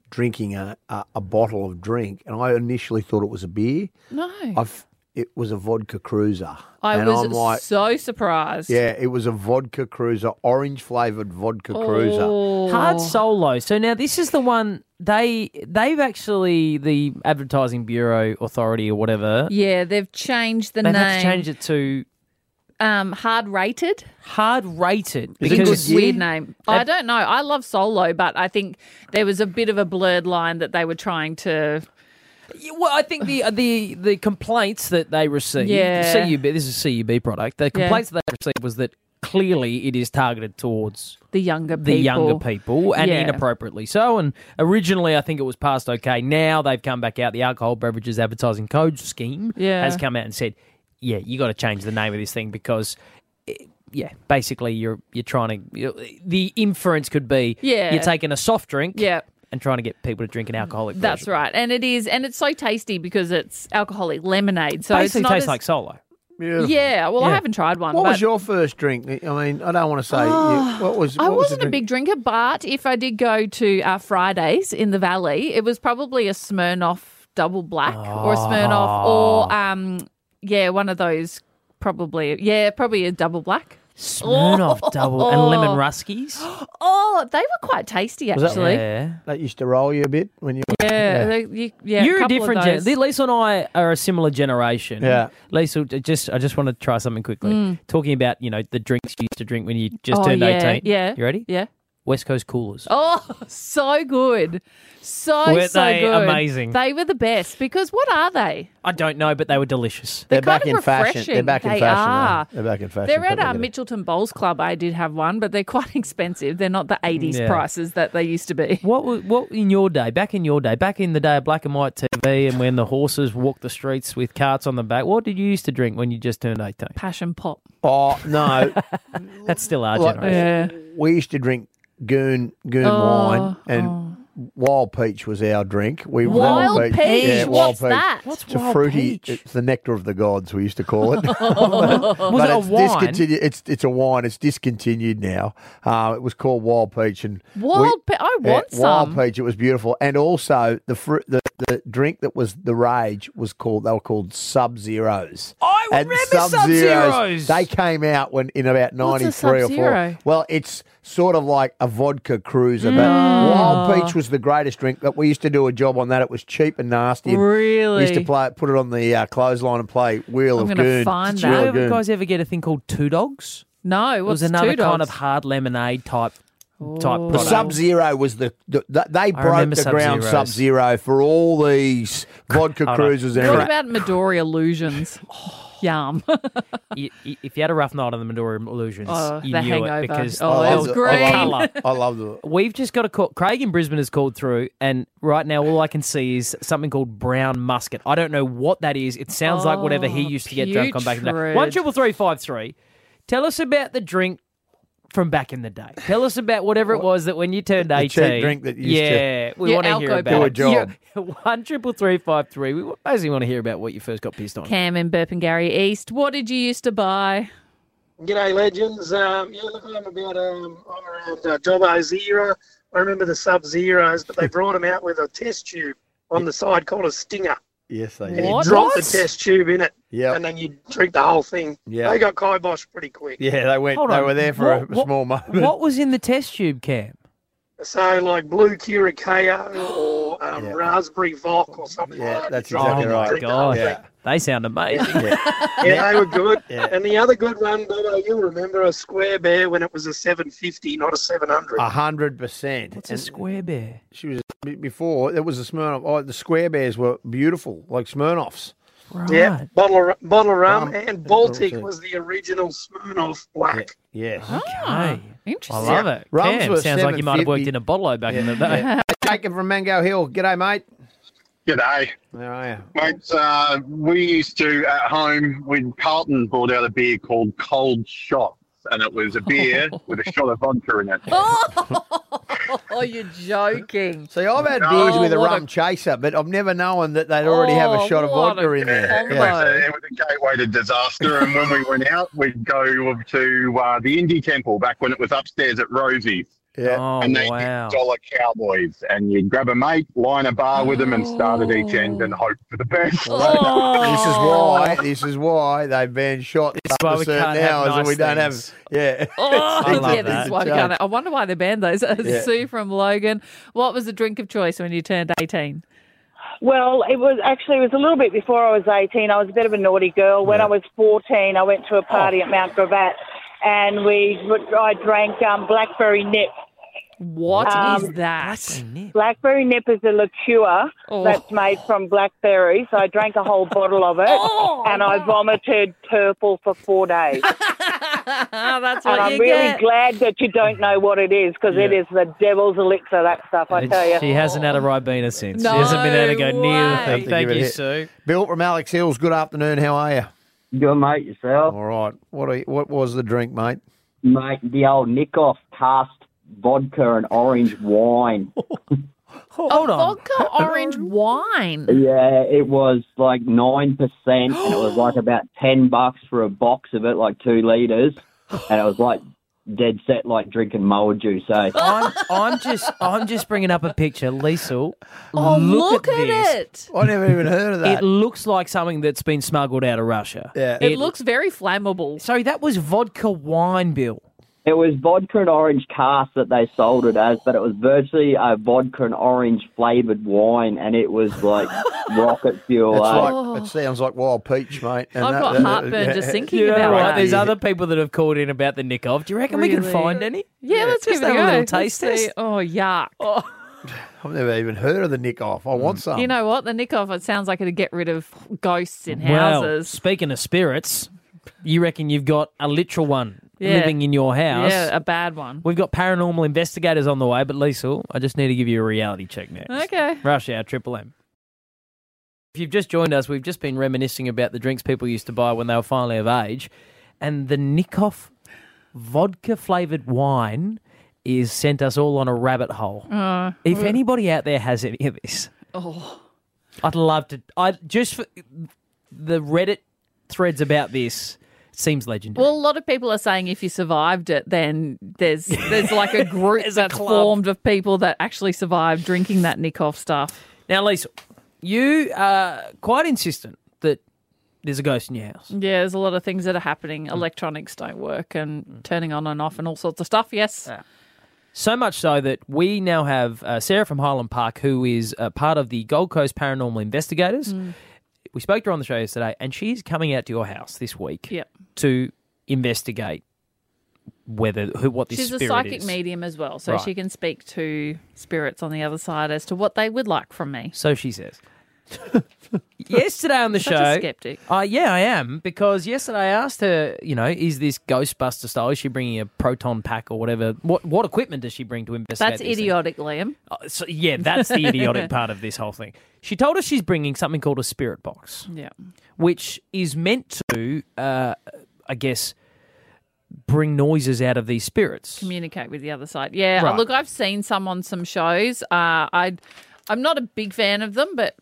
Speaker 1: drinking a, a, a bottle of drink, and I initially thought it was a beer.
Speaker 5: No.
Speaker 1: I've it was a vodka cruiser.
Speaker 5: I
Speaker 1: and
Speaker 5: was
Speaker 1: I'm like,
Speaker 5: so surprised.
Speaker 1: yeah, it was a vodka cruiser, orange flavored vodka cruiser.
Speaker 5: Oh.
Speaker 4: Hard solo. So now this is the one they they've actually the advertising bureau authority or whatever.
Speaker 5: Yeah, they've changed the
Speaker 4: They've
Speaker 5: name.
Speaker 4: had to change it to
Speaker 5: Um, hard rated.
Speaker 4: hard rated
Speaker 1: Is it
Speaker 4: because
Speaker 1: good?
Speaker 5: Weird
Speaker 1: Yeah.
Speaker 5: name. I don't know. I love solo, but I think there was a bit of a blurred line that they were trying to.
Speaker 4: Yeah, well, I think the the the complaints that they received,
Speaker 5: Yeah.
Speaker 4: CUB. This is a CUB product. The complaints that they received was that clearly it is targeted towards
Speaker 5: The younger
Speaker 4: the
Speaker 5: people.
Speaker 4: younger people and
Speaker 5: Yeah.
Speaker 4: inappropriately so. And originally, I think it was passed okay. Now they've come back out. The alcohol beverages advertising code scheme
Speaker 5: Yeah.
Speaker 4: has come out and said, yeah, you got to change the name of this thing because. eh, yeah, basically, you're you're trying to. you the inference could be,
Speaker 5: Yeah.
Speaker 4: you're taking a soft drink,
Speaker 5: Yeah.
Speaker 4: and trying to get people to drink an alcoholic.
Speaker 5: That's
Speaker 4: version.
Speaker 5: right, and it is, and it's so tasty because it's alcoholic lemonade. So
Speaker 4: Basically,
Speaker 5: it's not
Speaker 4: tastes
Speaker 5: as-
Speaker 4: like solo.
Speaker 1: Beautiful.
Speaker 5: Yeah, well, I
Speaker 4: Yeah.
Speaker 5: haven't tried one.
Speaker 1: What
Speaker 5: but Ah,
Speaker 1: was your first drink? I mean, I don't want to say. you- what was?
Speaker 5: I
Speaker 1: what was the
Speaker 5: wasn't a
Speaker 1: drink?
Speaker 5: big drinker, but if I did go to uh, Fridays in the Valley, it was probably a Smirnoff Double Black or a Smirnoff or um, yeah, one of those probably yeah, probably a Double Black.
Speaker 4: Smirnoff double and
Speaker 5: *laughs*
Speaker 4: lemon ruskies.
Speaker 5: Oh, they were quite tasty actually. Yeah,
Speaker 4: Yeah.
Speaker 1: That used to roll you a bit when you.
Speaker 5: they- you- yeah,
Speaker 4: You're a
Speaker 5: couple of
Speaker 4: different gen.
Speaker 5: those.
Speaker 4: Lisa and I are a similar generation.
Speaker 1: Yeah.
Speaker 4: Lisa, just I just want to try something quickly. Talking about you know the drinks you used to drink when you just
Speaker 5: Mm. Oh,
Speaker 4: turned
Speaker 5: yeah,
Speaker 4: eighteen.
Speaker 5: yeah.
Speaker 4: You ready?
Speaker 5: Yeah.
Speaker 4: West Coast coolers.
Speaker 5: Oh, *laughs* so good. So
Speaker 4: Weren't
Speaker 5: so
Speaker 4: they
Speaker 5: good.
Speaker 4: amazing?
Speaker 5: They were the best because what are they?
Speaker 4: I don't know, but they were delicious.
Speaker 1: They're,
Speaker 5: kind
Speaker 1: back
Speaker 5: of
Speaker 1: in fashion.
Speaker 5: refreshing.
Speaker 1: They're back in
Speaker 5: They
Speaker 1: fashion.
Speaker 5: are.
Speaker 1: Though. They're back in fashion.
Speaker 5: They're at
Speaker 1: People
Speaker 5: our
Speaker 1: get it.
Speaker 5: Mitchelton Bowls Club. I did have one, but they're *laughs* quite expensive. They're not the 80s
Speaker 4: Mm, Yeah.
Speaker 5: prices that they used to be.
Speaker 4: What wa- what in your day? Back in your day, back in the day of black and white TV, and when the horses walked the streets with carts on the back. What did you used to drink when you just turned eighteen?
Speaker 5: Passion pop.
Speaker 1: Oh
Speaker 5: *laughs*
Speaker 1: no,
Speaker 4: That's still our
Speaker 1: Like-
Speaker 4: generation.
Speaker 1: we used to drink goon goon
Speaker 5: Oh,
Speaker 1: wine, and wild peach was our drink. We
Speaker 5: Wild peach?
Speaker 1: yeah,
Speaker 5: What's that? What's
Speaker 1: it's a fruity. It's the nectar of the gods. We used to
Speaker 5: *laughs*
Speaker 1: call it. *laughs*
Speaker 4: *laughs* Was
Speaker 1: but
Speaker 4: it a
Speaker 1: it's
Speaker 4: wine?
Speaker 1: discontinued. It's it's a wine. It's discontinued now. Uh, it was called wild peach and we-
Speaker 5: Wild pe- I
Speaker 1: yeah,
Speaker 5: want
Speaker 1: wild
Speaker 5: some.
Speaker 1: peach. It was beautiful, and also the fruit the. the Drink that was the rage was called they were called sub zeros.
Speaker 4: I
Speaker 1: *laughs* And
Speaker 4: remember Sub-Zeros.
Speaker 1: They came out when in
Speaker 5: What's
Speaker 1: about
Speaker 5: a
Speaker 1: ninety three or
Speaker 5: Sub-Zero?
Speaker 1: four. Well, it's sort of like a vodka cruiser, but Wild Peach was the greatest drink. But we used to do a job on that. It was cheap and nasty. and We used
Speaker 5: Really?
Speaker 1: to play, put it on the uh, clothesline and play Wheel
Speaker 5: I'm
Speaker 1: of
Speaker 5: gonna
Speaker 1: Goon.
Speaker 5: find
Speaker 1: It's
Speaker 5: that.
Speaker 1: Wheel
Speaker 4: Do
Speaker 1: of
Speaker 4: you ever-
Speaker 1: Goon.
Speaker 4: guys ever get a thing called two dogs?
Speaker 5: No,
Speaker 4: It was
Speaker 5: what's
Speaker 4: another
Speaker 5: two
Speaker 4: kind
Speaker 5: dogs?
Speaker 4: of hard lemonade type type
Speaker 1: The
Speaker 4: product.
Speaker 1: Sub Zero was the, the, th- they broke
Speaker 4: remember
Speaker 1: the ground
Speaker 4: Sub-Zeros.
Speaker 1: Sub Zero for all these vodka
Speaker 4: Hold on.
Speaker 1: cruisers and
Speaker 5: What
Speaker 1: everything.
Speaker 5: about Midori
Speaker 4: *laughs*
Speaker 5: Illusions?
Speaker 4: Oh.
Speaker 5: Yum.
Speaker 4: Y- y- if you had a rough night on the Midori Illusions,
Speaker 5: Oh,
Speaker 4: you
Speaker 5: the
Speaker 4: knew
Speaker 5: hangover.
Speaker 4: it because
Speaker 5: Oh,
Speaker 4: the-
Speaker 5: it was
Speaker 4: the
Speaker 5: great.
Speaker 4: colour.
Speaker 1: I love them.
Speaker 4: *laughs* We've just got a call. Craig in Brisbane has called through, and right now all I can see is something called brown musket. I don't know what that is. It sounds like whatever he
Speaker 5: Oh,
Speaker 4: used to get drunk on back in the day.
Speaker 5: putrid.
Speaker 4: One triple three five three. Tell us about the drink from back in the day. Tell us about whatever it was that when you turned
Speaker 1: The cheap
Speaker 4: eighteen.
Speaker 1: drink that used to-
Speaker 4: yeah, we
Speaker 5: Your
Speaker 4: want to hear
Speaker 5: alco
Speaker 4: about
Speaker 5: Do a
Speaker 4: it.
Speaker 1: job.
Speaker 4: Yeah, One triple three five three. We basically want to hear about what you first got pissed on.
Speaker 5: Cam in Burpengary East. What did you used to buy?
Speaker 10: G'day, legends. Um, yeah, look, I'm about um, I'm around uh, Dobbo's era. I remember the Sub Zeros, but they brought them out with a test tube on the side called a stinger.
Speaker 1: Yes, they
Speaker 10: And
Speaker 1: did.
Speaker 10: you
Speaker 5: What?
Speaker 10: drop the
Speaker 5: What?
Speaker 10: test tube in it,
Speaker 1: Yeah,
Speaker 10: and then you drink the whole thing.
Speaker 1: Yeah.
Speaker 10: They got kiboshed pretty quick.
Speaker 1: yeah, they went.
Speaker 4: Hold
Speaker 1: they
Speaker 4: on.
Speaker 1: were there for
Speaker 4: What-
Speaker 1: a
Speaker 4: what-
Speaker 1: small moment.
Speaker 4: What was in the test tube, Cam?
Speaker 10: So, like blue curacao or um,
Speaker 1: Yeah.
Speaker 10: raspberry vodka or something
Speaker 1: Yeah,
Speaker 10: like that.
Speaker 1: that's
Speaker 10: You drop it
Speaker 1: exactly
Speaker 10: and
Speaker 1: right.
Speaker 10: drink the whole
Speaker 4: God.
Speaker 10: thing.
Speaker 1: Yeah.
Speaker 4: They sound amazing.
Speaker 10: Yeah, they were good.
Speaker 1: Yeah.
Speaker 10: And the other good one, Bobo, you'll remember a square bear when it was a 750, not a 700.
Speaker 1: A hundred
Speaker 4: *laughs*
Speaker 1: percent.
Speaker 4: What's a
Speaker 1: And
Speaker 4: square bear?
Speaker 1: She was be- before. It was a Smirnoff. Oh, the square bears were beautiful, like Smirnoffs.
Speaker 4: Right.
Speaker 10: Yeah, bottle of, ru- bottle of rum,
Speaker 1: Rum.
Speaker 10: and
Speaker 1: That's
Speaker 10: Baltic
Speaker 1: what I'm
Speaker 10: was the original Smirnoff black.
Speaker 1: Yes.
Speaker 4: Okay. I
Speaker 5: Ah, Interesting.
Speaker 4: love it.
Speaker 1: Rums
Speaker 4: Cam,
Speaker 1: were
Speaker 4: sounds like you might have worked
Speaker 1: 750.
Speaker 4: in a bottle back in the day.
Speaker 1: Jacob from Mango Hill. G'day, mate.
Speaker 11: G'day,
Speaker 1: There I am.
Speaker 11: mates. Uh, we used to at home when Carlton brought out a beer called Cold Shot, and it was a
Speaker 12: *laughs*
Speaker 11: beer with a shot of vodka in it.
Speaker 5: Oh, you're joking.
Speaker 1: See, I've had beers with a
Speaker 5: what
Speaker 1: rum chaser, but I've never known that they'd already have a
Speaker 5: Oh,
Speaker 1: shot of
Speaker 5: what
Speaker 1: vodka
Speaker 5: a
Speaker 1: in there.
Speaker 5: combo.
Speaker 1: Yeah.
Speaker 11: So Uh, it was a gateway to disaster. And when we went out, we'd go up to uh, the Indy Temple back when it was upstairs at Rosie's.
Speaker 1: Yeah.
Speaker 4: Oh,
Speaker 11: and they
Speaker 4: wow.
Speaker 11: did dollar cowboys. And you'd grab a mate, line a bar with them, and start at each end
Speaker 4: Oh.
Speaker 11: and hope for the best.
Speaker 5: Oh.
Speaker 1: This is why. This is why they ban shots
Speaker 4: why
Speaker 1: after
Speaker 4: we
Speaker 1: certain
Speaker 4: can't have
Speaker 1: hours, and
Speaker 4: nice
Speaker 1: we don't
Speaker 4: things.
Speaker 1: have. Yeah.
Speaker 5: *laughs* Oh,
Speaker 4: I love
Speaker 5: yeah, this
Speaker 4: that.
Speaker 5: is why we can't. I wonder why they banned those. uh,
Speaker 1: Yeah.
Speaker 5: Sue from Logan. What was the drink of choice when you turned 18?
Speaker 12: *laughs* Well, it was actually it was a little bit before I was 18. I was a bit of a naughty girl. When I was 14, I went to a party
Speaker 11: Oh.
Speaker 12: at Mount Gravatt, and we I drank um, blackberry nip.
Speaker 5: What is
Speaker 12: Um,
Speaker 5: that?
Speaker 12: Blackberry nip is a liqueur
Speaker 5: Oh.
Speaker 12: that's made from blackberries. I drank a whole bottle of it,
Speaker 11: Oh.
Speaker 12: and I vomited purple for four days.
Speaker 5: *laughs* That's what
Speaker 12: And I'm
Speaker 5: you
Speaker 12: really
Speaker 5: get.
Speaker 12: glad that you don't know what it is because it is the devil's elixir. That stuff, I tell you.
Speaker 4: She hasn't had a Ribena since.
Speaker 5: No
Speaker 4: she hasn't been able to go near the
Speaker 5: way.
Speaker 4: thing.
Speaker 1: Have
Speaker 4: Thank
Speaker 1: to give
Speaker 4: you,
Speaker 1: it
Speaker 4: Sue.
Speaker 1: Bill from Alex Hills. Good afternoon. How are you?
Speaker 10: Good, mate, yourself.
Speaker 1: All right. What are you, What was the drink, mate?
Speaker 10: Mate, the old nick off past vodka and orange wine.
Speaker 4: Hold on.
Speaker 5: Vodka orange wine.
Speaker 10: Yeah, it was like 9%, and it was like about 10 bucks for a box of it, like two litres. And it was like dead set, like drinking mold juice. So
Speaker 4: I'm, I'm just I'm just bringing up a picture. Liesl,
Speaker 5: Oh, look, at,
Speaker 4: this.
Speaker 5: it.
Speaker 1: I never even heard of that.
Speaker 4: It looks like something that's been smuggled out of Russia.
Speaker 1: yeah.
Speaker 5: It looks very flammable.
Speaker 4: So that was vodka wine, Bill.
Speaker 10: it was vodka and orange cast that they sold it as, but it was virtually a vodka and orange flavoured wine, and it was
Speaker 13: *laughs*
Speaker 10: like rocket fuel.
Speaker 1: It's
Speaker 10: eh?
Speaker 1: like it sounds like wild peach, mate. And
Speaker 5: I've
Speaker 1: that-
Speaker 5: got
Speaker 1: that-
Speaker 5: heartburn
Speaker 1: yeah.
Speaker 5: just thinking about
Speaker 4: right.
Speaker 5: that.
Speaker 4: There's other people that have called in about the nick off. Do you reckon we can
Speaker 5: Really?
Speaker 4: find any?
Speaker 5: Yeah, let's
Speaker 4: just
Speaker 5: give it a
Speaker 4: have
Speaker 5: go.
Speaker 4: little
Speaker 5: Let's
Speaker 4: taste
Speaker 5: see.
Speaker 4: test.
Speaker 5: Oh, yuck.
Speaker 1: I've never even heard of the nick off. I
Speaker 13: Mm.
Speaker 1: want some.
Speaker 5: You know what? The nick off, it sounds like it'd get rid of ghosts in
Speaker 4: Well,
Speaker 5: houses.
Speaker 4: speaking of spirits, you reckon you've got a literal one
Speaker 5: Yeah.
Speaker 4: living in your house?
Speaker 5: yeah, a bad one.
Speaker 4: We've got paranormal investigators on the way, but Liesl, I just need to give you a reality check next.
Speaker 5: Okay.
Speaker 4: Rush hour, Triple M. If you've just joined us, we've just been reminiscing about the drinks people used to buy when they were finally of age. And the Nikoff vodka flavoured wine is sent us all on a rabbit hole. if anybody out there has any of this, I'd love to. I just for, the Reddit threads about this seems legendary.
Speaker 5: Well, a lot of people are saying if you survived it, then there's *laughs* there's like a group
Speaker 4: There's a
Speaker 5: that's
Speaker 4: club.
Speaker 5: formed of people that actually survived drinking that Nikoff stuff.
Speaker 4: Now, Lisa, you are quite insistent that there's a ghost in your house.
Speaker 5: Yeah, there's a lot of things that are happening. Electronics don't work and turning on and off and all sorts of stuff. Yes.
Speaker 4: So much so that we now have uh, Sarah from Highland Park, who is uh, part of the Gold Coast Paranormal Investigators.
Speaker 5: Mm.
Speaker 4: We spoke to her on the show yesterday, and she's coming out to your house this week
Speaker 5: Yep.
Speaker 4: to investigate whether who what this
Speaker 5: She's a
Speaker 4: spirit
Speaker 5: psychic
Speaker 4: is.
Speaker 5: medium as well, so
Speaker 4: Right.
Speaker 5: she can speak to spirits on the other side as to what they would like from me.
Speaker 4: So she says. *laughs* yesterday on
Speaker 5: *laughs*
Speaker 4: the
Speaker 5: Such a
Speaker 4: show,
Speaker 5: skeptic.
Speaker 4: Uh, yeah, I am because yesterday I asked her, you know, is this Ghostbuster style? Is she bringing a proton pack or whatever? What what equipment does she bring to investigate?
Speaker 5: That's
Speaker 4: these things?
Speaker 5: idiotic, Liam.
Speaker 4: Uh, so, yeah, that's
Speaker 5: *laughs*
Speaker 4: the idiotic part of this whole thing. She told us she's bringing something called a spirit box.
Speaker 5: Yeah.
Speaker 4: Which is meant to, uh, I guess, bring noises out of these spirits.
Speaker 5: Communicate with the other side. Yeah.
Speaker 4: Right.
Speaker 5: Look, I've seen some on some shows. Uh, I, I'm not a big fan of them, but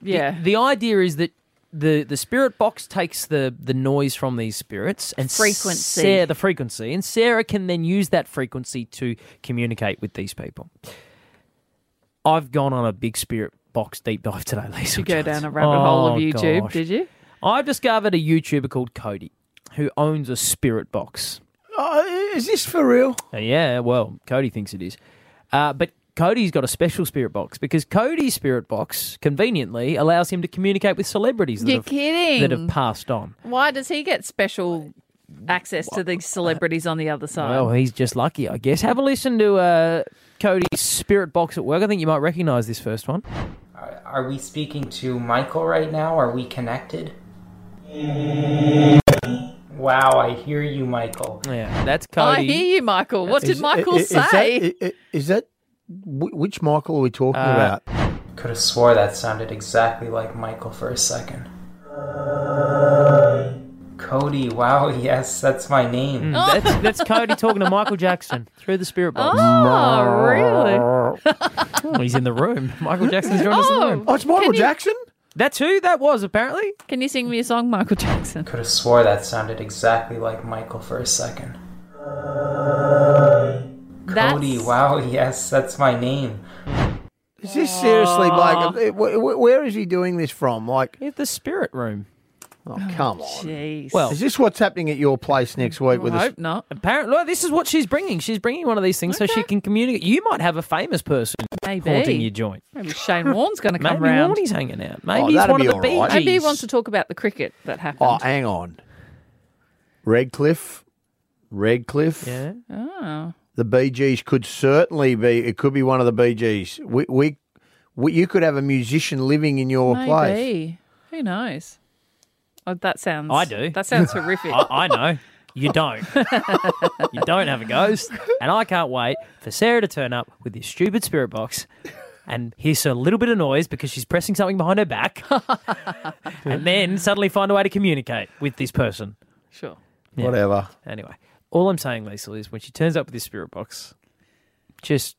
Speaker 4: The-
Speaker 5: yeah.
Speaker 4: The, idea is that the, the spirit box takes the, the noise from these spirits and
Speaker 5: Frequency.
Speaker 4: Sarah, the frequency, and Sarah can then use that frequency to communicate with these people. I've gone on a big spirit box deep dive today, *laughs* Lisa.
Speaker 5: you go down a rabbit hole of
Speaker 4: Oh,
Speaker 5: YouTube,
Speaker 4: gosh.
Speaker 5: did you?
Speaker 4: I discovered a YouTuber called Cody who owns a spirit box.
Speaker 1: Oh, is this for real?
Speaker 4: Uh, yeah, well, Cody thinks it is. Uh, but Cody's got a special spirit box because Cody's spirit box conveniently allows him to communicate with celebrities that,
Speaker 5: You're
Speaker 4: have,
Speaker 5: kidding.
Speaker 4: that have passed on.
Speaker 5: Why does he get special access to these celebrities on the other side?
Speaker 4: Well, he's just lucky, I guess. Have a listen to uh, Cody's spirit box at work. I think you might recognise this first one.
Speaker 13: Are we speaking to Michael right now? Are we connected? Wow, I hear you, Michael.
Speaker 4: Yeah, that's
Speaker 5: I hear you, Michael. What did Michael say?
Speaker 1: Is that, is that wh- which Michael are we talking
Speaker 13: Uh,
Speaker 1: about?
Speaker 13: Could have swore that sounded exactly like Michael for a second. Cody, wow, yes, that's my
Speaker 5: Oh,
Speaker 13: name.
Speaker 4: Mm, that's, that's Cody talking to Michael Jackson through the spirit
Speaker 13: *laughs*
Speaker 4: box.
Speaker 13: Oh,
Speaker 4: really? he's in the room. Michael Jackson's joined us in the room.
Speaker 1: Oh, it's Michael Jackson?
Speaker 4: That's who that was, apparently.
Speaker 5: Can you sing me a song, Michael Jackson?
Speaker 13: Could have swore that sounded exactly like Michael for a second. Cody, wow, yes, that's my name.
Speaker 1: Is this
Speaker 5: Oh.
Speaker 1: seriously like uh, wh- wh- where is he doing this from? Like
Speaker 4: the spirit room.
Speaker 1: Oh, come on.
Speaker 5: Jeez.
Speaker 1: Well, is this what's happening at your place next week with
Speaker 4: I
Speaker 1: us?
Speaker 4: hope not. Apparently, look, this is what she's bringing. She's bringing one of these things so she can communicate. You might have a famous person
Speaker 5: Maybe.
Speaker 4: haunting your joint.
Speaker 5: Maybe Shane Warne's going to come
Speaker 4: *laughs* Maybe
Speaker 5: round.
Speaker 4: Warnie's hanging out. Maybe he's one of the Bee Gees.
Speaker 5: Maybe he wants to talk about the cricket that happened.
Speaker 1: Oh, hang on. Redcliffe, Redcliffe.
Speaker 4: Yeah.
Speaker 5: Oh.
Speaker 1: The BGs could certainly be. It could be one of the BGs. We, we, we you could have a musician living in your place.
Speaker 5: Maybe. Who knows? Oh, that sounds.
Speaker 4: I do.
Speaker 5: That
Speaker 4: *laughs*
Speaker 5: sounds horrific.
Speaker 4: *laughs* I, I know. You *laughs* don't. you don't have a ghost. And I can't wait for Sarah to turn up with this stupid spirit box and hear a little bit of noise because she's pressing something behind her *laughs* back and then suddenly find a way to communicate with this person.
Speaker 5: Sure.
Speaker 1: Whatever.
Speaker 4: Anyway, all I'm saying, Liesl, is when she turns up with this spirit box, just.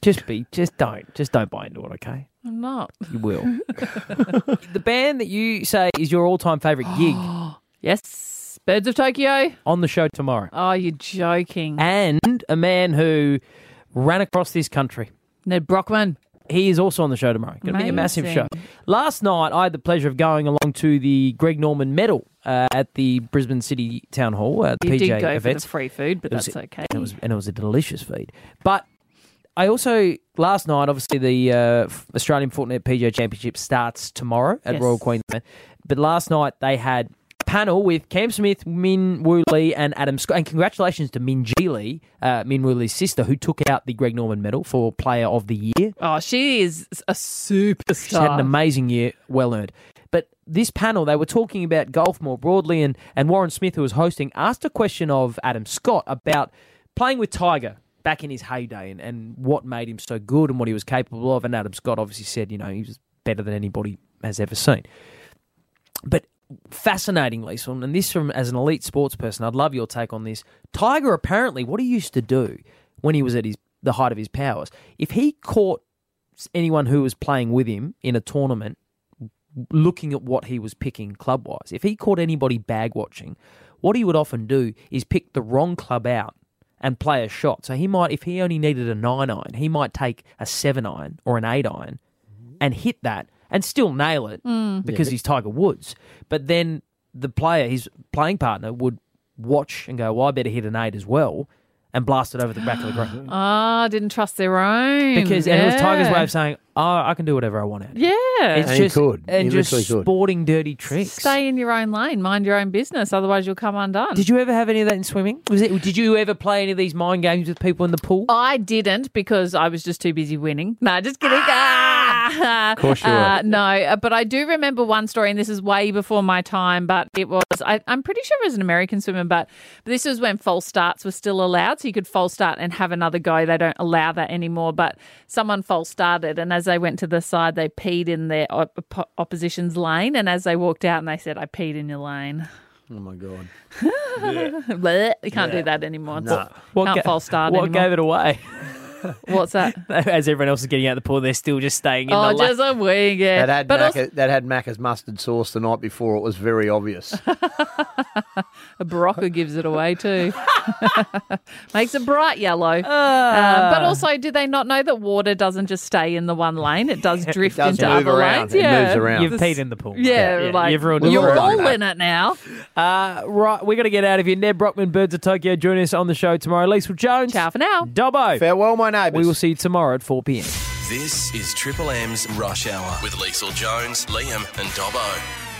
Speaker 4: Just be, just don't, just don't buy into it, okay?
Speaker 5: I'm not.
Speaker 4: You
Speaker 5: *laughs*
Speaker 4: will. the band that you say is your all-time favorite
Speaker 5: *gasps*
Speaker 4: gig.
Speaker 5: yes, Birds of Tokyo
Speaker 4: on the show tomorrow.
Speaker 5: Oh, you're joking.
Speaker 4: And a man who ran across this country,
Speaker 5: Ned Brockman.
Speaker 4: He is also on the show tomorrow. Going to be a massive show.
Speaker 5: Amazing.
Speaker 4: Last night, I had the pleasure of going along to the Greg Norman Medal uh, at the Brisbane City Town Hall at the
Speaker 5: You
Speaker 4: PJ
Speaker 5: did go for the
Speaker 4: events.
Speaker 5: free food, but
Speaker 4: It was-
Speaker 5: that's okay.
Speaker 4: And it, was, and it was a delicious feed. But I also last night, obviously, the uh, F- Australian Fortnite PJ Championship starts tomorrow at
Speaker 14: Yes.
Speaker 4: Royal Queensland. But last night they had a panel with Cam Smith, Min Woo Lee, and Adam Scott. And congratulations to Min G Lee, uh, Min Woo Lee's sister, who took out the Greg Norman Medal for Player of the Year.
Speaker 5: Oh, she is a superstar.
Speaker 4: She's had an amazing year, well earned. But this panel, they were talking about golf more broadly, and, and Warren Smith, who was hosting, asked a question of Adam Scott about playing with Tiger back in his heyday and, and what made him so good and what he was capable of. And Adam Scott obviously said, you know, he was better than anybody has ever seen. But fascinatingly, so and this from as an elite sports person, I'd love your take on this. Tiger apparently, what he used to do when he was at his the height of his powers, if he caught s- anyone who was playing with him in a tournament, looking at what he was picking club wise, if he caught anybody bag watching, what he would often do is pick the wrong club out and play a shot. So he might, if he only needed a nine iron, he might take a seven iron or an eight iron and hit that and still nail it
Speaker 14: Mm.
Speaker 4: because
Speaker 14: Yeah.
Speaker 4: he's Tiger Woods. But then the player, his playing partner, would watch and go, "Well, I better hit an eight as well," and blasted over the back of
Speaker 14: *gasps*
Speaker 4: the ground.
Speaker 14: Oh,
Speaker 5: Ah, didn't trust their own.
Speaker 4: Because and it was Tiger's way
Speaker 5: Yeah.
Speaker 4: of saying, "Oh, I can do whatever I want." Out here."
Speaker 5: Yeah,
Speaker 4: it's just and just sporting dirty tricks.
Speaker 5: Stay in your own lane, mind your own business, otherwise you'll come undone.
Speaker 4: Did you ever have any of that in swimming? Was it? Did you ever play any of these mind games with people in the pool?
Speaker 5: I didn't because I was just too busy winning. *laughs* No, just kidding. Ah!
Speaker 4: Of course you were.
Speaker 5: Uh, no, uh, but I do remember one story, and this is way before my time, but it was, I, I'm pretty sure it was an American swimmer, but this was when false starts were still allowed. So you could false start and have another go. They don't allow that anymore, but someone false started, and as they went to the side, they peed in their op- op- opposition's lane. And as they walked out, and they said, I peed in your lane.
Speaker 1: Oh
Speaker 5: *laughs*
Speaker 1: my god!
Speaker 5: Bleh. you can't do
Speaker 4: Yeah.
Speaker 5: that anymore. It's-
Speaker 4: Nah. What
Speaker 5: can't
Speaker 4: ga-
Speaker 5: false start
Speaker 4: What
Speaker 5: anymore.
Speaker 4: gave it away? *laughs*
Speaker 5: What's that?
Speaker 4: As everyone else is getting out the pool, they're still just staying in
Speaker 5: Oh,
Speaker 4: the lane.
Speaker 5: just a wing it.
Speaker 1: That had
Speaker 5: but
Speaker 4: *laughs*
Speaker 1: Macca,
Speaker 5: also,
Speaker 1: that had Macca's mustard sauce the night before. It was very obvious.
Speaker 5: Barocca gives it away too. *laughs* Makes it bright yellow.
Speaker 4: Ah.
Speaker 5: Um, but also, do they not know that water doesn't just stay in the one lane? It
Speaker 4: *laughs*
Speaker 5: does drift
Speaker 4: does
Speaker 5: into
Speaker 4: move
Speaker 5: other
Speaker 4: around.
Speaker 5: lanes.
Speaker 4: It
Speaker 5: yeah,
Speaker 4: moves around. You've
Speaker 5: This-
Speaker 4: peed in the pool.
Speaker 5: Yeah,
Speaker 4: Yeah, yeah.
Speaker 5: like
Speaker 4: You've ruined it.
Speaker 5: you're
Speaker 4: We've
Speaker 5: all
Speaker 4: ruined
Speaker 5: in
Speaker 4: it.
Speaker 5: it now.
Speaker 4: Uh, right, we're going to get out of here. Ned Brockman, Birds of Tokyo, join us on the show tomorrow. Lisa Jones. Ciao
Speaker 5: for now.
Speaker 4: Dobbo.
Speaker 1: *laughs* Farewell, my neighbours.
Speaker 4: We will see you tomorrow at 4 p.m.
Speaker 2: This is Triple M's Rush Hour with Liesl Jones, Liam, and Dobbo.